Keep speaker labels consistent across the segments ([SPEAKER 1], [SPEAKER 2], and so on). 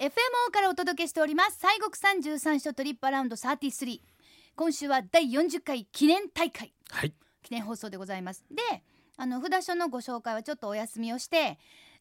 [SPEAKER 1] FMO からお届けしております西国三十三所トリップアラウンド33今週は第40回記念大会
[SPEAKER 2] はい。
[SPEAKER 1] 記念放送でございますであの札所のご紹介はちょっとお休みをして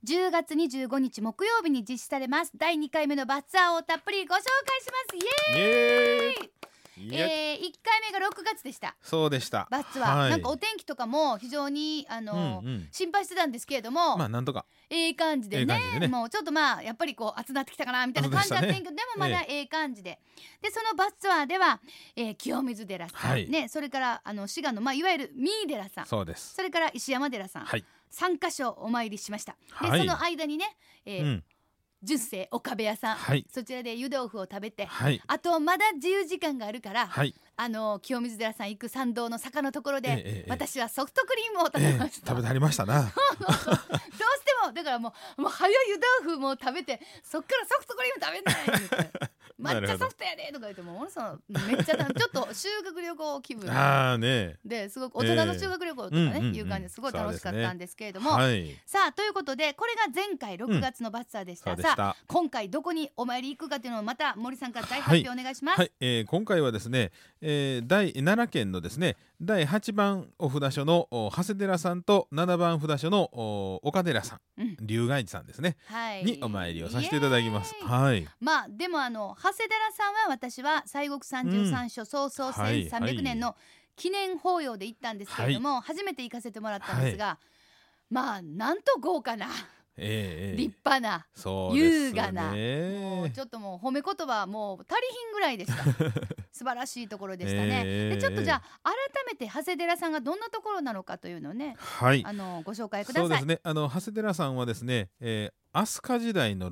[SPEAKER 1] 10月25日木曜日に実施されます第2回目のバッツアーをたっぷりご紹介しますイ
[SPEAKER 2] イエー
[SPEAKER 1] エーイ、
[SPEAKER 2] イ。イエーイ
[SPEAKER 1] えー、1回目が6月でした
[SPEAKER 2] そうでした。
[SPEAKER 1] バッツは、
[SPEAKER 2] い
[SPEAKER 1] なんかお天気とかも非常にあの、
[SPEAKER 2] うんうん
[SPEAKER 1] 心配してたんですけれども、
[SPEAKER 2] まあなんとか。
[SPEAKER 1] ええ感じでね
[SPEAKER 2] ええ感じでね
[SPEAKER 1] もうちょっとまあやっぱりこう暑なってきたかなみたいな感じだったんやけどで,、もまだええ感じで、でそのバスツアーでは、えー清水寺さん、
[SPEAKER 2] はい
[SPEAKER 1] ね、それからあの滋賀の、まあ、いわゆる三井寺さんそ
[SPEAKER 2] そうです。
[SPEAKER 1] れから石山寺さん、
[SPEAKER 2] はい。
[SPEAKER 1] 3箇所お参りしましたで、
[SPEAKER 2] はい
[SPEAKER 1] その間にね、え
[SPEAKER 2] う
[SPEAKER 1] ー
[SPEAKER 2] ん。
[SPEAKER 1] 十世岡部屋さん、
[SPEAKER 2] はい
[SPEAKER 1] そちらで湯豆腐を食べて、
[SPEAKER 2] はい。
[SPEAKER 1] あとまだ自由時間があるから、
[SPEAKER 2] はい。
[SPEAKER 1] あの清水寺さん行く参道の坂のところで、
[SPEAKER 2] ええええ
[SPEAKER 1] 私はソフトクリームを食
[SPEAKER 2] え
[SPEAKER 1] べ
[SPEAKER 2] え
[SPEAKER 1] ました。
[SPEAKER 2] 食べてあり ましたな。
[SPEAKER 1] どうしてもだからもうもう早い湯豆腐もう食べてそっからソフトクリーム食 べない言って抹茶ソフトやでとか言ってもうものすごいめっちゃ楽ちょっと修学旅行気分
[SPEAKER 2] ああね。
[SPEAKER 1] ですごく大人の修学旅行とかね、
[SPEAKER 2] ええうんうんうん
[SPEAKER 1] いう感じですごい楽しかったんですけれども、
[SPEAKER 2] はい。
[SPEAKER 1] さあということでこれが前回6月のバッツァーでした,、
[SPEAKER 2] そうで
[SPEAKER 1] さ
[SPEAKER 2] し
[SPEAKER 1] あ
[SPEAKER 2] た。
[SPEAKER 1] 今回どこにお参り行くかというのをまた森さんから大発表お願いします、
[SPEAKER 2] はい、えー、今回はですね、えー、第奈良県のですね第8番お札所のお長谷寺さんと7番札所のお岡寺さん、
[SPEAKER 1] うん
[SPEAKER 2] 龍外寺さんですね、
[SPEAKER 1] はい
[SPEAKER 2] にお参りをさせていただきます
[SPEAKER 1] イエーイ
[SPEAKER 2] はい
[SPEAKER 1] まあでもあの長谷寺さんは私は西国三十三所総総
[SPEAKER 2] はい
[SPEAKER 1] 1300年の記念法要で行ったんですけれども、初めて行かせてもらったんですが、まあなんと豪華な
[SPEAKER 2] えーえー
[SPEAKER 1] 立派な、
[SPEAKER 2] そうですね
[SPEAKER 1] 優雅なもうちょっともう褒め言葉はもう足りひんぐらい でした素晴らしいところでしたね、
[SPEAKER 2] ええ
[SPEAKER 1] でちょっとじゃあ改めて長谷寺さんがどんなところなのかというのをね
[SPEAKER 2] はい
[SPEAKER 1] あのご紹介くだ
[SPEAKER 2] そうで
[SPEAKER 1] さい
[SPEAKER 2] すねあの長谷寺さんはですね、えー、飛鳥時代の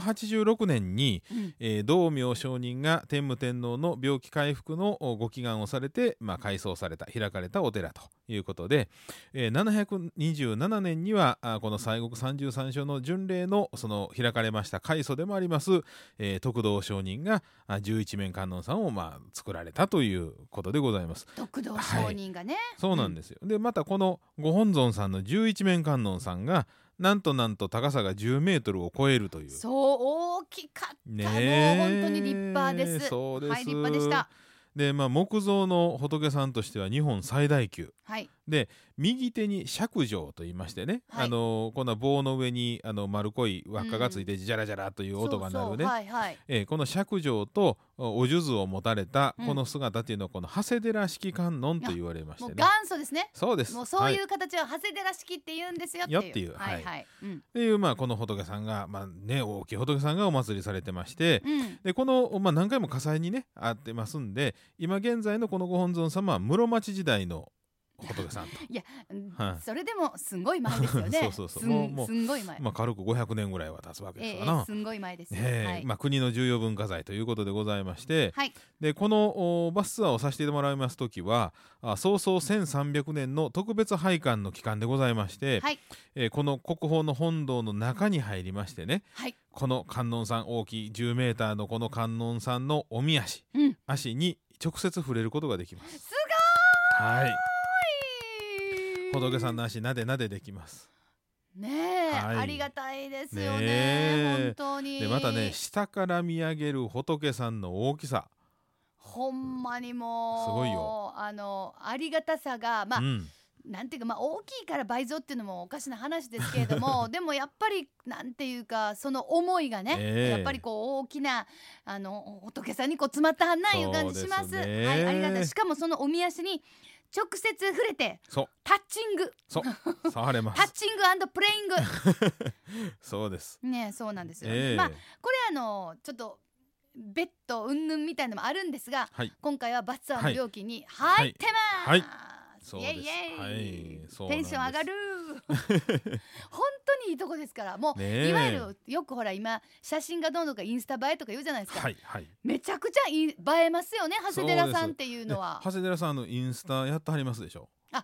[SPEAKER 2] 686年に、
[SPEAKER 1] うん
[SPEAKER 2] えー道明上人が天武天皇の病気回復のおご祈願をされて、まあ、改装された開かれたお寺ということで、えー、727年にはあこの西国三十三所の巡礼のその開かれました開祖でもあります、えー徳道上人があ十一面観音さんを、まあ、作られたということでございます。
[SPEAKER 1] 徳道商人がね、
[SPEAKER 2] そうなんですよ、でまたこのご本尊さんの十一面観音さんがなんとなんと高さが10メートルを超えるという
[SPEAKER 1] そう大きかった、
[SPEAKER 2] ね
[SPEAKER 1] もう本当に立派です
[SPEAKER 2] そうです
[SPEAKER 1] はい立派でした
[SPEAKER 2] で、まあ、木造の仏さんとしては日本最大級
[SPEAKER 1] はい
[SPEAKER 2] 右手に釈状と言いましてね、
[SPEAKER 1] はい
[SPEAKER 2] あのこんな棒の上にあの丸っこい輪っかがついてジャラジャラという音が鳴る
[SPEAKER 1] そうそ
[SPEAKER 2] ね、
[SPEAKER 1] うはいはい
[SPEAKER 2] えーこの釈状とおお数珠を持たれた
[SPEAKER 1] うん
[SPEAKER 2] この姿というのはこの長谷寺式観音と言われまし
[SPEAKER 1] もう
[SPEAKER 2] てね
[SPEAKER 1] 元。祖ですね。
[SPEAKER 2] そうです
[SPEAKER 1] もうそうい
[SPEAKER 2] は
[SPEAKER 1] う形は長谷寺式って言うんですよっていう。
[SPEAKER 2] よっていう
[SPEAKER 1] は
[SPEAKER 2] はいい
[SPEAKER 1] はい。うん。
[SPEAKER 2] っていうまあこの仏さんが、まあね、大きい仏さんがお祭りされてまして、
[SPEAKER 1] うん。
[SPEAKER 2] でこの、まあ、何回も火災にねあってますんで今現在のこのご本尊様は室町時代の仏さんと、はい
[SPEAKER 1] それでもすんごい前ですよね。
[SPEAKER 2] そうそうそう
[SPEAKER 1] す
[SPEAKER 2] もうんもう
[SPEAKER 1] すんごい前。
[SPEAKER 2] まあ、軽く500年ぐらいは経つわけ
[SPEAKER 1] え
[SPEAKER 2] です
[SPEAKER 1] え
[SPEAKER 2] わな。
[SPEAKER 1] すんごい前ですよ。
[SPEAKER 2] ねえ
[SPEAKER 1] はい。
[SPEAKER 2] まあ、国の重要文化財ということでございまして、
[SPEAKER 1] はい。
[SPEAKER 2] でこのおバスツアーをさせてもらいます時はあ早々1300年の特別拝観の期間でございまして、
[SPEAKER 1] はい
[SPEAKER 2] えーこの国宝の本堂の中に入りましてね
[SPEAKER 1] はい。
[SPEAKER 2] この観音さん大きい10メーターのこの観音さんのおみ足、
[SPEAKER 1] うん
[SPEAKER 2] 足に直接触れることができます。
[SPEAKER 1] す
[SPEAKER 2] はい
[SPEAKER 1] ごい。
[SPEAKER 2] 仏さんの足なでなでできます。
[SPEAKER 1] ねえ、
[SPEAKER 2] はい
[SPEAKER 1] ありがたいですよ
[SPEAKER 2] ね
[SPEAKER 1] ね。
[SPEAKER 2] え
[SPEAKER 1] 本当に。
[SPEAKER 2] でまたね下から見上げる仏さんの大きさ、
[SPEAKER 1] ほんまにもう
[SPEAKER 2] すごいよ
[SPEAKER 1] あのありがたさがまあ
[SPEAKER 2] うん
[SPEAKER 1] なんていうかまあ大きいから倍増っていうのもおかしな話ですけれどもでもやっぱりなんていうかその思いがね、
[SPEAKER 2] ええ
[SPEAKER 1] やっぱりこう大きなあの仏さんにこう詰まったはんなんいう感じします
[SPEAKER 2] そうですね
[SPEAKER 1] はい、ありがたいしかもそのおみ足に直接触れて
[SPEAKER 2] そう
[SPEAKER 1] タッチング
[SPEAKER 2] そう触れま
[SPEAKER 1] タッ
[SPEAKER 2] す。
[SPEAKER 1] チングプレイング
[SPEAKER 2] そうです。
[SPEAKER 1] ねそうなんですよ、ね
[SPEAKER 2] ええ
[SPEAKER 1] まあこれあのちょっとベッドうんぬんみたいのもあるんですが
[SPEAKER 2] はい
[SPEAKER 1] 今回はバツアーの
[SPEAKER 2] はい
[SPEAKER 1] 料金に入ってます、
[SPEAKER 2] はいそう
[SPEAKER 1] イ
[SPEAKER 2] で
[SPEAKER 1] エ
[SPEAKER 2] す
[SPEAKER 1] イイエイ、
[SPEAKER 2] はいそうなん
[SPEAKER 1] テ
[SPEAKER 2] で
[SPEAKER 1] ン
[SPEAKER 2] す
[SPEAKER 1] ション上が る本当にいいとこですからもう、
[SPEAKER 2] ねえ
[SPEAKER 1] いわゆるよくほら今写真がどうのかインスタ映えとか言うじゃないですか、
[SPEAKER 2] はいはい。
[SPEAKER 1] めちゃくちゃいい映えますよね長谷寺さんっていうのは
[SPEAKER 2] で長谷寺さんあのインスタやってはりますでしょ。
[SPEAKER 1] 長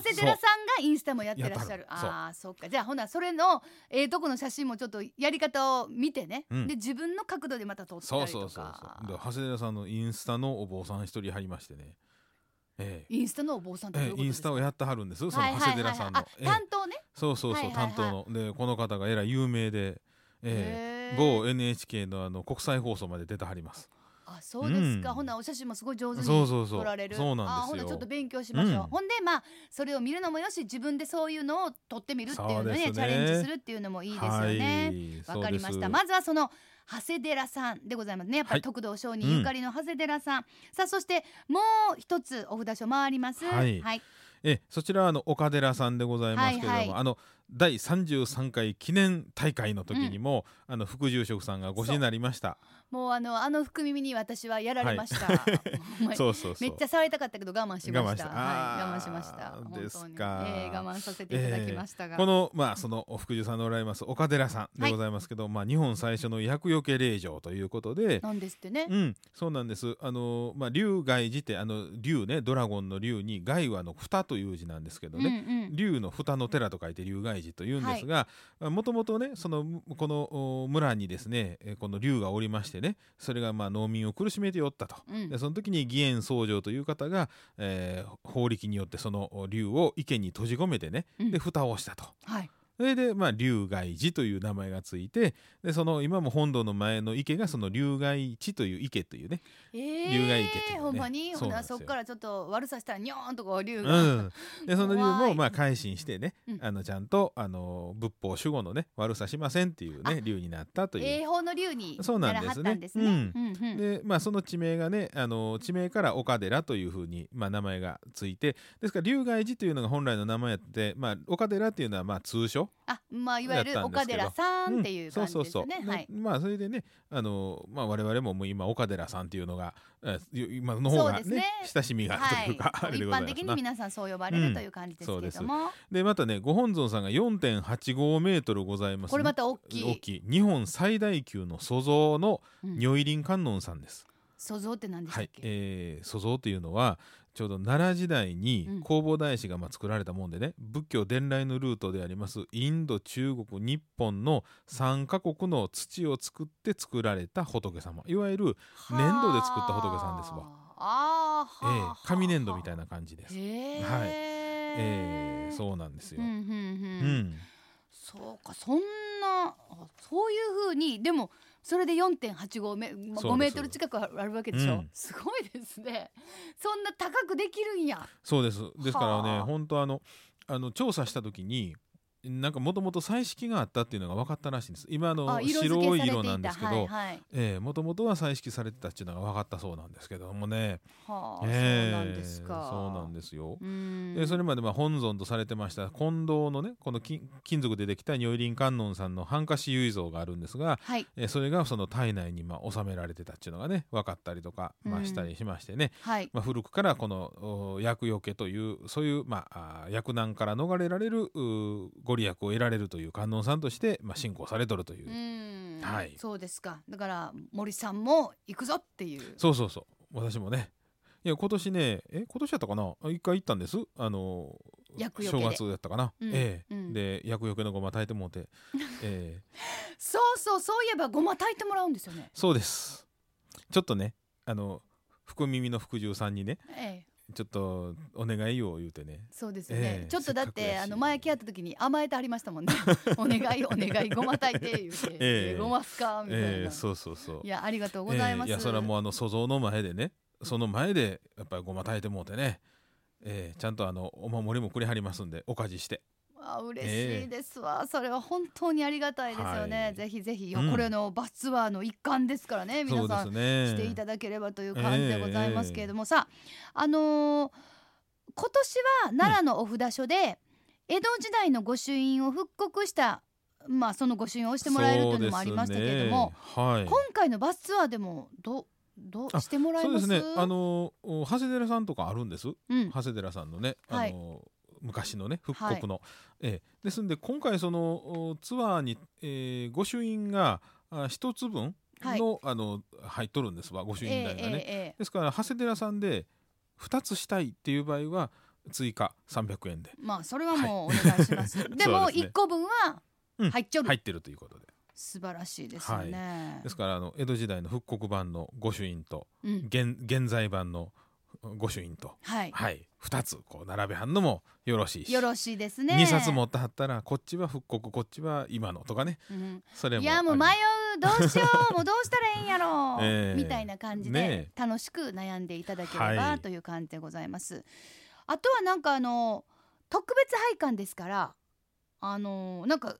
[SPEAKER 1] 谷寺さんがインスタもやってらっしゃる
[SPEAKER 2] やったのそう
[SPEAKER 1] ああそっかじゃあほなそれのええとこの写真もちょっとやり方を見てね、
[SPEAKER 2] うん
[SPEAKER 1] で自分の角度でまた撮ってた
[SPEAKER 2] そう
[SPEAKER 1] りとか
[SPEAKER 2] そうそうそう。で長谷寺さんのインスタのお坊さん一人はりましてね。ええ
[SPEAKER 1] インスタのお坊さんってどうい
[SPEAKER 2] え
[SPEAKER 1] うこ
[SPEAKER 2] え
[SPEAKER 1] と
[SPEAKER 2] イ
[SPEAKER 1] で
[SPEAKER 2] ン
[SPEAKER 1] す
[SPEAKER 2] ス
[SPEAKER 1] か
[SPEAKER 2] タをやってはるんです。その
[SPEAKER 1] はい
[SPEAKER 2] 長
[SPEAKER 1] はい
[SPEAKER 2] 谷
[SPEAKER 1] はいは
[SPEAKER 2] 寺
[SPEAKER 1] い
[SPEAKER 2] さんの
[SPEAKER 1] あ。担当ね
[SPEAKER 2] そうそうそう、
[SPEAKER 1] はいはいはい
[SPEAKER 2] 担当のでこの方がえらい有名で、ええ某 NHK のあの国際放送まで出てはります。
[SPEAKER 1] あそうですか、
[SPEAKER 2] うん
[SPEAKER 1] ほなお写真もすごい上手に
[SPEAKER 2] そうそうそ
[SPEAKER 1] 撮られ
[SPEAKER 2] う。
[SPEAKER 1] る
[SPEAKER 2] そうなん
[SPEAKER 1] あほ
[SPEAKER 2] です
[SPEAKER 1] なちょっと
[SPEAKER 2] よ。
[SPEAKER 1] 勉強しましょう、
[SPEAKER 2] うん
[SPEAKER 1] ほんでまあそれを見るのもよし自分でそういうのを撮ってみるっていうの
[SPEAKER 2] そう
[SPEAKER 1] ね
[SPEAKER 2] ですね
[SPEAKER 1] チャレンジするっていうのもいいですよねわ、
[SPEAKER 2] はい
[SPEAKER 1] かりました。まずはその長谷寺さんでございますねやっぱ
[SPEAKER 2] は
[SPEAKER 1] り
[SPEAKER 2] い
[SPEAKER 1] 徳道商人ゆかりの長谷寺さん、さあそしてもう一つお札所回ります
[SPEAKER 2] はい
[SPEAKER 1] はい、
[SPEAKER 2] えそちらはあの岡寺さんでございますけれども、
[SPEAKER 1] はいはい
[SPEAKER 2] あの第33回記念大会の時にも、あの副住職さんがご主になりました
[SPEAKER 1] もうあのあの福耳に私はやられました、 お前
[SPEAKER 2] そうそうそう
[SPEAKER 1] めっちゃ触りたかったけど我慢しました
[SPEAKER 2] 我慢した
[SPEAKER 1] はい、
[SPEAKER 2] あー
[SPEAKER 1] 我慢しました本当に
[SPEAKER 2] ですか
[SPEAKER 1] ええ我慢させていただきましたが、
[SPEAKER 2] このまあそのお副住さんのおられます岡寺さんでございますけど、まあ日本最初の厄除け霊場ということで、
[SPEAKER 1] なんですってね、
[SPEAKER 2] うん、そうなんです。あのまあ龍外寺ってあの龍ねドラゴンの龍に外はあの蓋という字なんですけどね。
[SPEAKER 1] うんうん
[SPEAKER 2] 龍の蓋の寺と書いて龍外寺というんですがもともとねそのむこのお村にですねえーこの龍がおりましてねそれがまあ農民を苦しめておったと、
[SPEAKER 1] うん
[SPEAKER 2] でその時に義援僧正という方が、えー法力によってそのお龍を池に閉じ込めてね
[SPEAKER 1] うん
[SPEAKER 2] で蓋をしたと。
[SPEAKER 1] はい、
[SPEAKER 2] それで、まあ、龍外寺という名前がついてでその今も本堂の前の池がその龍外地という池というね、
[SPEAKER 1] ええ
[SPEAKER 2] 竜が池っていうね
[SPEAKER 1] ほんまに
[SPEAKER 2] そ
[SPEAKER 1] ほ
[SPEAKER 2] うなん
[SPEAKER 1] な
[SPEAKER 2] ですよ
[SPEAKER 1] そっからちょっと悪さしたらにょーんとこう
[SPEAKER 2] う
[SPEAKER 1] 竜が、
[SPEAKER 2] ん、でその龍
[SPEAKER 1] 怖い
[SPEAKER 2] もまあ改心してね、
[SPEAKER 1] うん
[SPEAKER 2] あのちゃんとあの仏法守護のね悪さしませんっていう
[SPEAKER 1] あ
[SPEAKER 2] ね龍になったという。
[SPEAKER 1] 英法の竜に
[SPEAKER 2] そう
[SPEAKER 1] な
[SPEAKER 2] な
[SPEAKER 1] ら
[SPEAKER 2] ん
[SPEAKER 1] はっ
[SPEAKER 2] ですね
[SPEAKER 1] たんですねうんうん
[SPEAKER 2] でまあ、その地名がねあの地名から岡寺というふうに、まあ、名前がついてですから龍外寺というのが本来の名前やって、まあ、岡寺っていうのはまあ通称
[SPEAKER 1] あまあいわゆ
[SPEAKER 2] や
[SPEAKER 1] る
[SPEAKER 2] ったんで
[SPEAKER 1] 岡
[SPEAKER 2] すけど
[SPEAKER 1] 寺さんっていう感じ
[SPEAKER 2] ん
[SPEAKER 1] ですよね、はい
[SPEAKER 2] でまあそれでね、あのまあ我々ももう今岡寺さんっていうのが、えー今の方
[SPEAKER 1] そう
[SPEAKER 2] が
[SPEAKER 1] で
[SPEAKER 2] ね
[SPEAKER 1] すね
[SPEAKER 2] 親しみがあるというか、
[SPEAKER 1] は
[SPEAKER 2] あ
[SPEAKER 1] い、一
[SPEAKER 2] れでござ
[SPEAKER 1] 般
[SPEAKER 2] います
[SPEAKER 1] 的
[SPEAKER 2] な
[SPEAKER 1] に皆さんそう呼ばれるという感じですけれども、
[SPEAKER 2] でまたねご本尊さんが4.85メートルございます、
[SPEAKER 1] これまた大きい
[SPEAKER 2] 大きい日本最大級の塑像の
[SPEAKER 1] うん
[SPEAKER 2] 如意輪観音さんです。
[SPEAKER 1] 塑像って何でし
[SPEAKER 2] は
[SPEAKER 1] たっ
[SPEAKER 2] い、
[SPEAKER 1] け、
[SPEAKER 2] えー、塑像というのはちょうど奈良時代に
[SPEAKER 1] うん
[SPEAKER 2] 弘法大師がまあ作られたもんでね、仏教伝来のルートでありますインド中国日本の3カ国の土を作って作られた仏様いわゆる、
[SPEAKER 1] はあ
[SPEAKER 2] 粘土で作った仏さんですわ
[SPEAKER 1] あー
[SPEAKER 2] え
[SPEAKER 1] はあ
[SPEAKER 2] ー
[SPEAKER 1] はあ
[SPEAKER 2] 紙粘土みたいな感じです。
[SPEAKER 1] へえ、
[SPEAKER 2] はいえー、そうなんですよ。
[SPEAKER 1] うんうん
[SPEAKER 2] う
[SPEAKER 1] うん
[SPEAKER 2] ん
[SPEAKER 1] そうかそんなあそういうふうにでもそれで4.85メ
[SPEAKER 2] す
[SPEAKER 1] 5メートル近くあるわけでしょ、
[SPEAKER 2] うん
[SPEAKER 1] すごいですねそんな高くできるんや
[SPEAKER 2] そうですですから
[SPEAKER 1] は
[SPEAKER 2] ね
[SPEAKER 1] あ
[SPEAKER 2] 本当あのあの調査した時になんかもともと彩色があったっていうのが分かったらしいんです今あの
[SPEAKER 1] あ色付け
[SPEAKER 2] 白
[SPEAKER 1] され
[SPEAKER 2] い
[SPEAKER 1] ていた
[SPEAKER 2] 色なんですけ
[SPEAKER 1] はい
[SPEAKER 2] ど
[SPEAKER 1] はい
[SPEAKER 2] ええもともとは彩色されてたっていうのが分かったそうなんですけどもね、
[SPEAKER 1] はあ、
[SPEAKER 2] ええ
[SPEAKER 1] そうなんですか
[SPEAKER 2] そうなん
[SPEAKER 1] で
[SPEAKER 2] ですよ、
[SPEAKER 1] うん
[SPEAKER 2] でそれまでまあ本尊とされてました金堂のねこの金金属でできた如意輪観音さんのハンカシ結像があるんですが、
[SPEAKER 1] はい
[SPEAKER 2] えーそれがその体内にまあ収められてたっていうのがね分かったりとか、ま
[SPEAKER 1] うん
[SPEAKER 2] あ、したりしましてね、
[SPEAKER 1] はい
[SPEAKER 2] まあ、古くからこのお厄除けというそういう、まあ、あー厄難から逃れられるうーご利益を得られるという観音さんとして、まあ、信仰されとるという、
[SPEAKER 1] うん、
[SPEAKER 2] はい
[SPEAKER 1] そうですかだから森さんも行くぞっていう
[SPEAKER 2] そうそうそう私もねいや今年ねえ今年やったかなあ一回行ったんですあの
[SPEAKER 1] 厄除け
[SPEAKER 2] 正
[SPEAKER 1] で
[SPEAKER 2] 月やったかな、
[SPEAKER 1] うん
[SPEAKER 2] え
[SPEAKER 1] う
[SPEAKER 2] え
[SPEAKER 1] ん
[SPEAKER 2] で厄除けのごま炊いてもうて、ええ
[SPEAKER 1] そうそうそういえばごま炊いてもらうんですよね、
[SPEAKER 2] そうですちょっとねあの福耳の福獣さんにね
[SPEAKER 1] ええ、
[SPEAKER 2] ちょっとお願いを言うてね
[SPEAKER 1] そうですよね、
[SPEAKER 2] ええ
[SPEAKER 1] ちょっとだっ
[SPEAKER 2] せっかく
[SPEAKER 1] て
[SPEAKER 2] やし
[SPEAKER 1] あの前来合った時に甘えてありましたもんねお願いお願いごま炊いて言うて、
[SPEAKER 2] ええ
[SPEAKER 1] ごますかみたいな、
[SPEAKER 2] ええそうそうそう
[SPEAKER 1] いやありがとうございます、
[SPEAKER 2] ええいやそれはもうあの塑像の前でねその前でやっぱりごま炊いてもうてね、ええちゃんとあのお守りもくれはりますんでおかじして
[SPEAKER 1] あ嬉しいですわ、それは本当にありがたいですよね、
[SPEAKER 2] はい
[SPEAKER 1] ぜひぜひよ、
[SPEAKER 2] うん
[SPEAKER 1] これのバスツアーの一環ですからね
[SPEAKER 2] そ
[SPEAKER 1] 皆
[SPEAKER 2] うで
[SPEAKER 1] さ
[SPEAKER 2] す
[SPEAKER 1] ん
[SPEAKER 2] ね
[SPEAKER 1] していただければという感じでございますけれども、さあのー今年は奈良のお札所で、江戸時代の御朱印を復刻したまあその御朱印を押してもらえるというのもありましたけれども、
[SPEAKER 2] そうですねはい
[SPEAKER 1] 今回のバスツアーでもどどう
[SPEAKER 2] あ
[SPEAKER 1] してもらえ
[SPEAKER 2] そうで
[SPEAKER 1] ます
[SPEAKER 2] すねあのお長谷寺さんとかあるんです
[SPEAKER 1] うん、
[SPEAKER 2] 長谷寺さんのね、
[SPEAKER 1] はい
[SPEAKER 2] あの昔のね復刻の、ええですんで今回そのおツアーに、えー御朱印があ一つ分
[SPEAKER 1] はい
[SPEAKER 2] の,、あの入っとるんですわ御朱
[SPEAKER 1] え
[SPEAKER 2] 印
[SPEAKER 1] え
[SPEAKER 2] 代がね、
[SPEAKER 1] ええええ
[SPEAKER 2] ですから長谷寺さんで2つしたいっていう場合は追加300円で
[SPEAKER 1] まあそれはもうお願いし ます、でも
[SPEAKER 2] そうですね
[SPEAKER 1] 一個分は
[SPEAKER 2] うん
[SPEAKER 1] 入っちゃう、
[SPEAKER 2] 入ってるということで
[SPEAKER 1] 素晴らしいですよね、
[SPEAKER 2] ですからあの江戸時代の復刻版の御朱印と
[SPEAKER 1] うん
[SPEAKER 2] 現現在版の御朱印と、
[SPEAKER 1] はい
[SPEAKER 2] はい、2つこう並べはんのもよろしいし
[SPEAKER 1] よろしいですね
[SPEAKER 2] 2冊持ってはったらこっちは復刻こっちは今のとかね
[SPEAKER 1] うん
[SPEAKER 2] それも
[SPEAKER 1] いやもう迷
[SPEAKER 2] あり
[SPEAKER 1] どうしようもうどうしたらいいんやろう、
[SPEAKER 2] ええ
[SPEAKER 1] みたいな感じで
[SPEAKER 2] ね
[SPEAKER 1] 楽しく悩んでいただければ、
[SPEAKER 2] はい
[SPEAKER 1] という感じでございますあとはなんかあの特別配管ですからあのなんか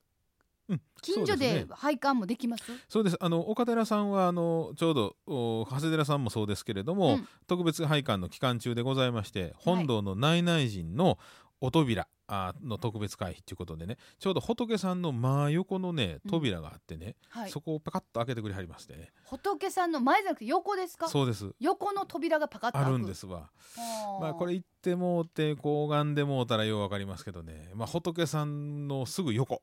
[SPEAKER 2] うん
[SPEAKER 1] 近所
[SPEAKER 2] そうです
[SPEAKER 1] で
[SPEAKER 2] ね
[SPEAKER 1] 配管もできます
[SPEAKER 2] そうですあの岡寺さんはあのちょうどお長谷寺さんもそうですけれども、
[SPEAKER 1] うん
[SPEAKER 2] 特別拝観の期間中でございまして本堂の内内陣のお扉あの特別会費ということでねちょうど仏さんの真横のね
[SPEAKER 1] うん
[SPEAKER 2] 扉があってね、
[SPEAKER 1] はい
[SPEAKER 2] そこをパカッと開けてくれはりましてね
[SPEAKER 1] 仏さんの前じゃなくて横ですか
[SPEAKER 2] そうです
[SPEAKER 1] 横の扉がパカッと開
[SPEAKER 2] あ
[SPEAKER 1] く
[SPEAKER 2] るんですわ
[SPEAKER 1] はあ
[SPEAKER 2] まあこれ行ってもうてこう拝んでもうたらようわかりますけどね、まあ、仏さんのすぐ横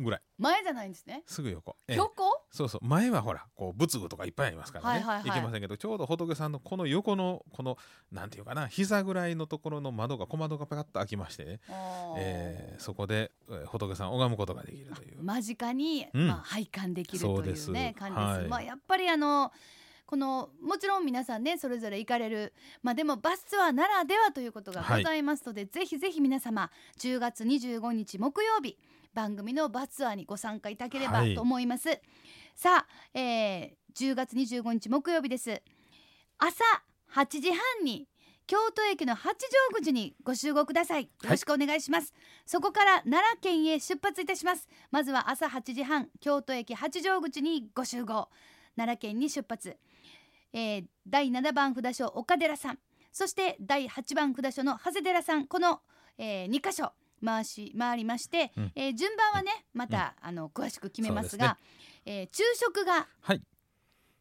[SPEAKER 2] ぐらい
[SPEAKER 1] 前じゃないんですね
[SPEAKER 2] すぐ横ええ
[SPEAKER 1] 横
[SPEAKER 2] そうそう前はほらこう仏具とかいっぱいありますからね、
[SPEAKER 1] はいいはいはい
[SPEAKER 2] けませんけどちょうど仏さんのこの横のこのなんていうかな膝ぐらいのところの窓が小窓がパカッと開きましてね、
[SPEAKER 1] あー
[SPEAKER 2] えーそこでえー仏さんを拝むことができるという。
[SPEAKER 1] 間近に、
[SPEAKER 2] うん
[SPEAKER 1] まあ、拝観できると
[SPEAKER 2] そう
[SPEAKER 1] い
[SPEAKER 2] で
[SPEAKER 1] う
[SPEAKER 2] す
[SPEAKER 1] ね感じです、
[SPEAKER 2] はい
[SPEAKER 1] まあやっぱりあのこのもちろん皆さんねそれぞれ行かれるまあでもバスツアーならではということがございますので、ぜひぜひ皆様10月25日木曜日番組のバスツアーにご参加いただければ
[SPEAKER 2] はい
[SPEAKER 1] と思います、さあ、えー、10月25日木曜日です朝8時半に京都駅の八丈口にご集合くださいよろしくお願いします、そこから奈良県へ出発いたしますまずは朝8時半京都駅八丈口にご集合奈良県に出発、えー第7番札所岡寺さんそして第8番札所の長谷寺さんこの、え2箇所回し回りまして、
[SPEAKER 2] うん
[SPEAKER 1] えー順番はねまた、あの詳しく決めますがえー昼食が
[SPEAKER 2] はい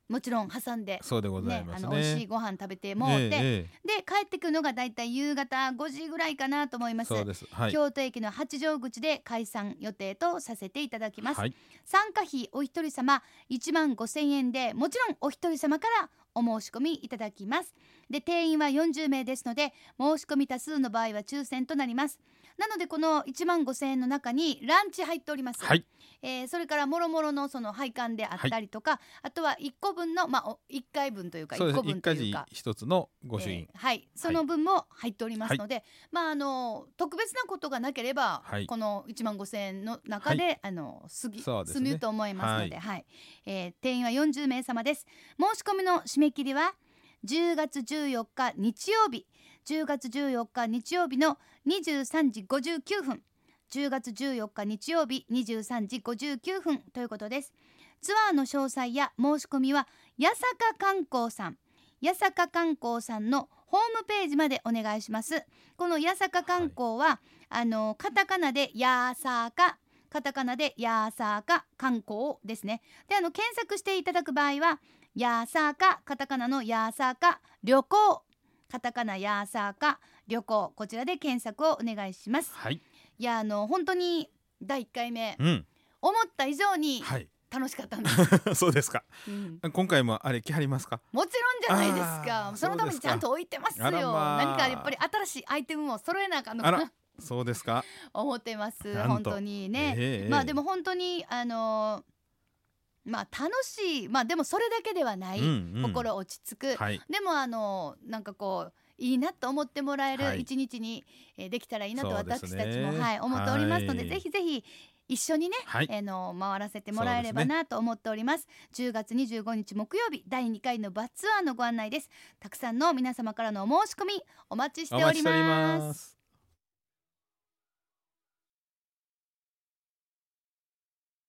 [SPEAKER 1] もちろん挟んで、
[SPEAKER 2] そうでござい
[SPEAKER 1] ね
[SPEAKER 2] ま
[SPEAKER 1] あ
[SPEAKER 2] す
[SPEAKER 1] の
[SPEAKER 2] ね。
[SPEAKER 1] 美味しいご飯食べてもうて、
[SPEAKER 2] えええ
[SPEAKER 1] で帰ってくるのがだいたい夕方5時ぐらいかなと思い
[SPEAKER 2] え
[SPEAKER 1] ます
[SPEAKER 2] そうです。はい。
[SPEAKER 1] 京都駅の八丈口で解散予定とさせていただきます、
[SPEAKER 2] はい。
[SPEAKER 1] 参加費お一人様1万5千円でもちろんお一人様からお申し込みいただきますで定員は40名ですので申し込み多数の場合は抽選となりますなのでこの1万5千円の中にランチ入っております、
[SPEAKER 2] はい。
[SPEAKER 1] えーそれからもろもろのその配管であったりとか、あとは1個分の、まあ、お1回分というか
[SPEAKER 2] そう
[SPEAKER 1] 1
[SPEAKER 2] です
[SPEAKER 1] 個
[SPEAKER 2] ね。
[SPEAKER 1] 分
[SPEAKER 2] 一
[SPEAKER 1] と
[SPEAKER 2] 家
[SPEAKER 1] いう
[SPEAKER 2] 事
[SPEAKER 1] か
[SPEAKER 2] 一つの御朱印
[SPEAKER 1] え。ーはい、その分も入っておりますので、まああの特別なことがなければ、
[SPEAKER 2] はい
[SPEAKER 1] この1万5,000円の中で、あの過ぎ
[SPEAKER 2] そうです
[SPEAKER 1] 済
[SPEAKER 2] ね
[SPEAKER 1] むと思いますので、はいえー定員は40名様です。申し込みの締め切りは10月14日日曜日10月14日日曜日の23時59分10月14日日曜日23時59分ということですツアーの詳細や申し込みは八坂観光さん八坂観光さんのホームページまでお願いしますこの八坂観光は、あのカタカナでやさかカタカナでやさか観光ですねであの検索していただく場合はやさかカタカナのやさか旅行カタカナやさか旅行こちらで検索をお願いします
[SPEAKER 2] はい。
[SPEAKER 1] いやあの本当に第1回目
[SPEAKER 2] うん。
[SPEAKER 1] 思った以上に
[SPEAKER 2] はい。
[SPEAKER 1] 楽しかったんです、
[SPEAKER 2] そうですか。
[SPEAKER 1] うん
[SPEAKER 2] 今回もあれ来はりますか。
[SPEAKER 1] もちろんじゃないですか
[SPEAKER 2] あー
[SPEAKER 1] そのため
[SPEAKER 2] そ
[SPEAKER 1] に
[SPEAKER 2] うです
[SPEAKER 1] ち
[SPEAKER 2] か
[SPEAKER 1] ゃんと置いてますよ
[SPEAKER 2] あらまあ
[SPEAKER 1] 何かやっぱり新しいアイテムを揃えなあかんの
[SPEAKER 2] あ
[SPEAKER 1] かな
[SPEAKER 2] ら。そうですか。
[SPEAKER 1] 思ってます
[SPEAKER 2] なんと
[SPEAKER 1] 本当にね、
[SPEAKER 2] ええ
[SPEAKER 1] まあでも本当にあのーまあ楽しいまあでもそれだけではない、
[SPEAKER 2] うんうん
[SPEAKER 1] 心落ち着く、
[SPEAKER 2] はい。
[SPEAKER 1] でもあのーなんかこういいなと思ってもらえ
[SPEAKER 2] は
[SPEAKER 1] る
[SPEAKER 2] い
[SPEAKER 1] 一日に、えーできたらいいなと
[SPEAKER 2] そうで
[SPEAKER 1] 私
[SPEAKER 2] す
[SPEAKER 1] たち
[SPEAKER 2] ね
[SPEAKER 1] も、はい、思っておりますので、
[SPEAKER 2] はい
[SPEAKER 1] ぜひぜひ一緒にね、
[SPEAKER 2] はい。
[SPEAKER 1] えーの回らせてもらえれば
[SPEAKER 2] そうです
[SPEAKER 1] なと思っております10月25日木曜日第2回のバスツアーのご案内ですたくさんの皆様からのお申し込みお待ちしております
[SPEAKER 2] す。